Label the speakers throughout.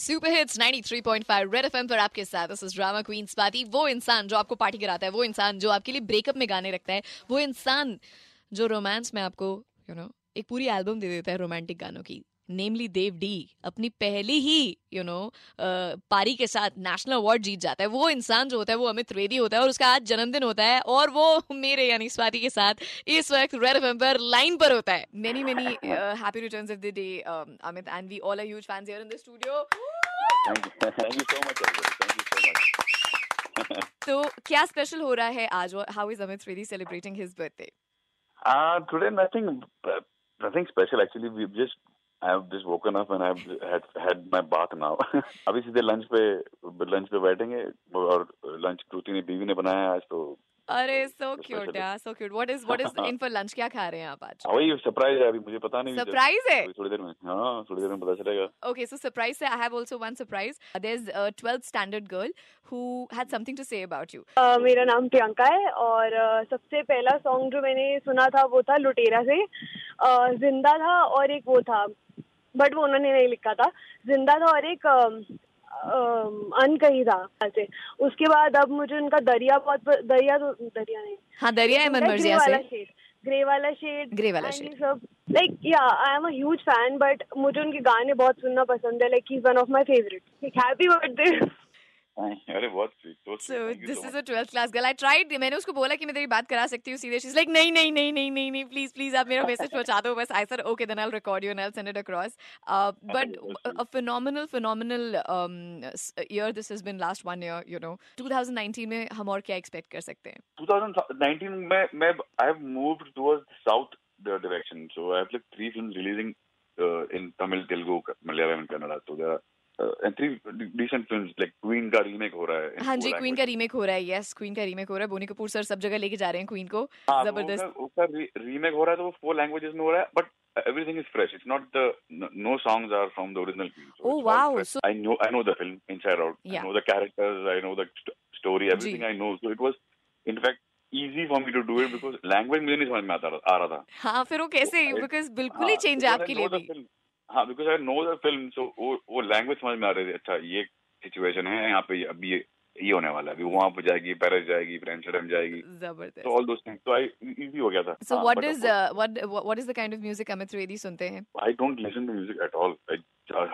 Speaker 1: Super hits 93.5 Red FM पर आपके साथ this is drama queens party वो इंसान जो आपको पार्टी कराता है वो इंसान जो आपके लिए ब्रेकअप में गाने रखता है वो इंसान जो रोमांस में आपको यू you नो know, एक पूरी एल्बम दे देता है रोमांटिक गानों की नेमली देव डी अपनी पहली ही यू you नो पारी के साथ नेशनल अवार्ड जीत जाता है वो इंसान जो होता है वो अमित त्रिवेदी होता है और उसका आज जन्मदिन होता है और वो मेरे यानी स्वाति के साथ इस वक्त रेड एफएम पर लाइन पर होता है uh, many many happy returns of the day Amit and we all are huge fans here in the studio
Speaker 2: Thank you. Thank you so much, everybody. Thank you so much.
Speaker 1: तो क्या special हो रहा है आज how is Amit Trivedi celebrating his birthday
Speaker 2: Uh, today, nothing, uh, nothing special. Actually, we've just, I've just woken up and I've had had my bath now. अभी सीधे lunch पे lunch पे बैठेंगे और lunch रोटी ने बीवी ने बनाया है आज तो
Speaker 1: अरे सो
Speaker 2: Special
Speaker 1: क्यूट
Speaker 2: है।
Speaker 1: यार so cute what is what is in for lunch क्या खा रहे हैं आप आज
Speaker 2: हाँ, वही सरप्राइज है अभी मुझे पता नहीं अभी
Speaker 1: सरप्राइज है
Speaker 2: अभी थोड़ी देर में हाँ थोड़ी देर में पता चलेगा
Speaker 1: Okay, so surprise. I have also one surprise. There's a 12th standard girl who had something to say about you.
Speaker 3: अ, मेरा नाम प्रियंका है और अ, सबसे पहला सॉन्ग जो मैंने सुना था वो था लुटेरा से अ, जिंदा था और एक वो था बट वो उन्होंने नहीं लिखा था जिंदा था और एक अनकही था ऐसे उसके बाद अब मुझे उनका दरिया बहुत प- दरिया तो दरिया नहीं
Speaker 1: हाँ दरिया अहमद
Speaker 3: उनका
Speaker 1: मर्जिया
Speaker 3: ग्रे वाला
Speaker 1: से
Speaker 3: शेड ग्रे वाला शेड
Speaker 1: Grey वाला
Speaker 3: and
Speaker 1: shade.
Speaker 3: ये सब लाइक या I am a huge fan but मुझे उनके गाने बहुत सुनना पसंद है like he one of my favourite happy birthday
Speaker 2: अरे बहुत sweet, so sweet.
Speaker 1: So
Speaker 2: Thank you so
Speaker 1: this
Speaker 2: much.
Speaker 1: is a 12th class girl. I tried. मैंने उसको बोला कि मैं तेरी बात करा सकती हूँ सीधे. She's like नहीं नहीं नहीं नहीं नहीं नहीं please please आप मेरा message पहुँचा दो बस. I said okay then I'll record you and I'll send it across. Uh, but a phenomenal phenomenal um, s- year this has been last one year you know. 2019 में हम और क्या expect कर सकते हैं?
Speaker 2: 2019 में मैं I have moved towards south direction so I have like three films releasing in Tamil Telugu Malayalam and Kannada तो there and three decent films like Queen का रीमेक हो रहा है in
Speaker 1: हाँ जी क्वीन
Speaker 2: four languages.
Speaker 1: का रीमेक हो रहा है यस क्वीन का रीमेक हो रहा है बोनी कपूर सर सब जगह लेके जा रहे हैं क्वीन को
Speaker 2: हाँ, तो
Speaker 1: जबरदस्त
Speaker 2: उसका- उसका रीमेक हो रहा है तो वो फोर लैंग्वेजेस में हो रहा है uh, but everything is fresh it's not the no songs are from the original
Speaker 1: Oh, wow. So-
Speaker 2: I know I know the film inside out I
Speaker 1: Yeah.
Speaker 2: Know the characters I know the story everything I know so it was in fact easy for me to do it because language मुझे नहीं समझ में आता आ रहा था
Speaker 1: हाँ फिर वो कैसे
Speaker 2: I-
Speaker 1: बिकॉज बिल्कुल ही चेंज है आपके लिए भी
Speaker 2: हाँ because I know the film so वो वो लैंग्वेज समझ में आ रही थी अच्छा ये सिचुएशन है यहाँ पे ये- अभी ये ये होने वाला है अभी वहां पे जाएगी पेरिस जाएगी फिर एम्स्टर्डम जाएगी तो हाँ,
Speaker 1: जबरदस्त
Speaker 2: ऑल दोस थिंग्स तो आई इजी हो गया था
Speaker 1: so what is what what is the kind of music Amit Trivedi सुनते हैं
Speaker 2: I don't listen to music at all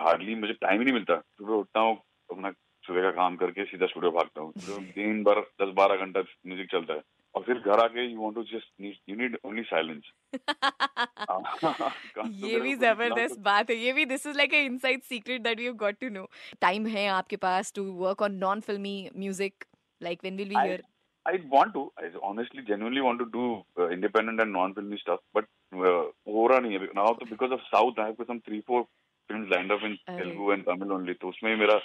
Speaker 2: hardly मुझे टाइम ही नहीं मिलता सुबह उठता हूँ अपना सुबह का काम करके सीधा स्टूडियो भागता हूँ तो दिन भर दस बारह घंटा म्यूजिक चलता है और फिर घर आके you want to just you need only silence हाँ,
Speaker 1: ये भी जबरदस्त बात है ये भी this is like a inside secret that we have got to know time है आपके पास to work on non filmy music like when will we hear
Speaker 2: I want to. I honestly, genuinely want to do uh, independent and non-filmy stuff, but uh, हो रहा नहीं है now तो because of South, I have some three four films lined up in
Speaker 1: अरे।
Speaker 2: Telugu and Tamil only. तो उसमें मेरा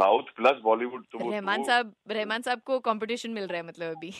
Speaker 2: South plus Bollywood तो वो
Speaker 1: रहमान
Speaker 2: दो-
Speaker 1: साहब रहमान साहब को कंपटीशन मिल रहा है मतलब अभी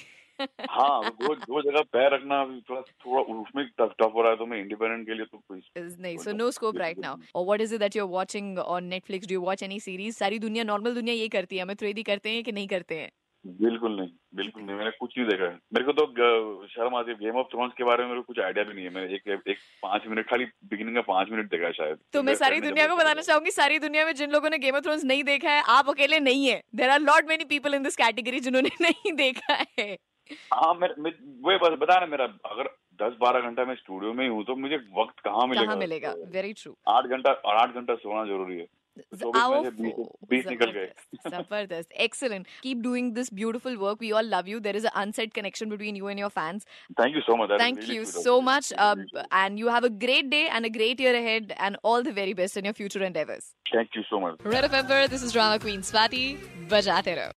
Speaker 2: हाँ वो दो दो जगह पैर रखना अभी थोड़ा थोड़ा उसमें टफ टफ हो रहा है तो मैं इंडिपेंडेंट के लिए तो कोई
Speaker 1: is नहीं
Speaker 2: Or
Speaker 1: so
Speaker 2: no-
Speaker 1: no scope right
Speaker 2: basically
Speaker 1: now
Speaker 2: no.
Speaker 1: or what is it that you're watching on Netflix do you watch any series सारी दुनिया normal दुनिया ये करती है अमित त्रिवेदी करते हैं कि नहीं करते हैं
Speaker 2: बिल्कुल नहीं बिल्कुल नहीं मैंने कुछ नहीं देखा है मेरे को तो अ, शर्म आती है गेम ऑफ थ्रोन्स के बारे में मेरे को कुछ आइडिया भी नहीं है मैंने एक एक, एक पांच मिनट खाली बिगिनिंग का पांच मिनट देखा है शायद
Speaker 1: तो मैं
Speaker 2: मेरे
Speaker 1: सारी
Speaker 2: friend ने
Speaker 1: दुनिया को
Speaker 2: जबरदस्ती
Speaker 1: बताना चाहूंगी सारी दुनिया में जिन लोगों ने गेम ऑफ थ्रोन्स नहीं देखा है आप अकेले नहीं है there are lot many people in this category जिन्होंने नहीं देखा है
Speaker 2: हाँ मेरे, मे- वही बस बता ना मेरा अगर दस बारह घंटा मैं स्टूडियो में ही हूँ तो मुझे वक्त कहाँ मिलेगा तो
Speaker 1: कहाँ मिलेगा वेरी ट्रू
Speaker 2: आठ घंटा और आठ घंटा सोना जरूरी है तो चौबीस में से बीस बीस निकल गए
Speaker 1: जबरदस्त excellent keep doing this beautiful work we all love you there is unsaid connection between you and your fans
Speaker 2: thank you so much
Speaker 1: Thank you so much. Uh, and you have a great day and a great year ahead, and all the very best in your future endeavors.
Speaker 2: Thank you so much
Speaker 1: Red FM, this is Drama Queen Swati. Bajate raho.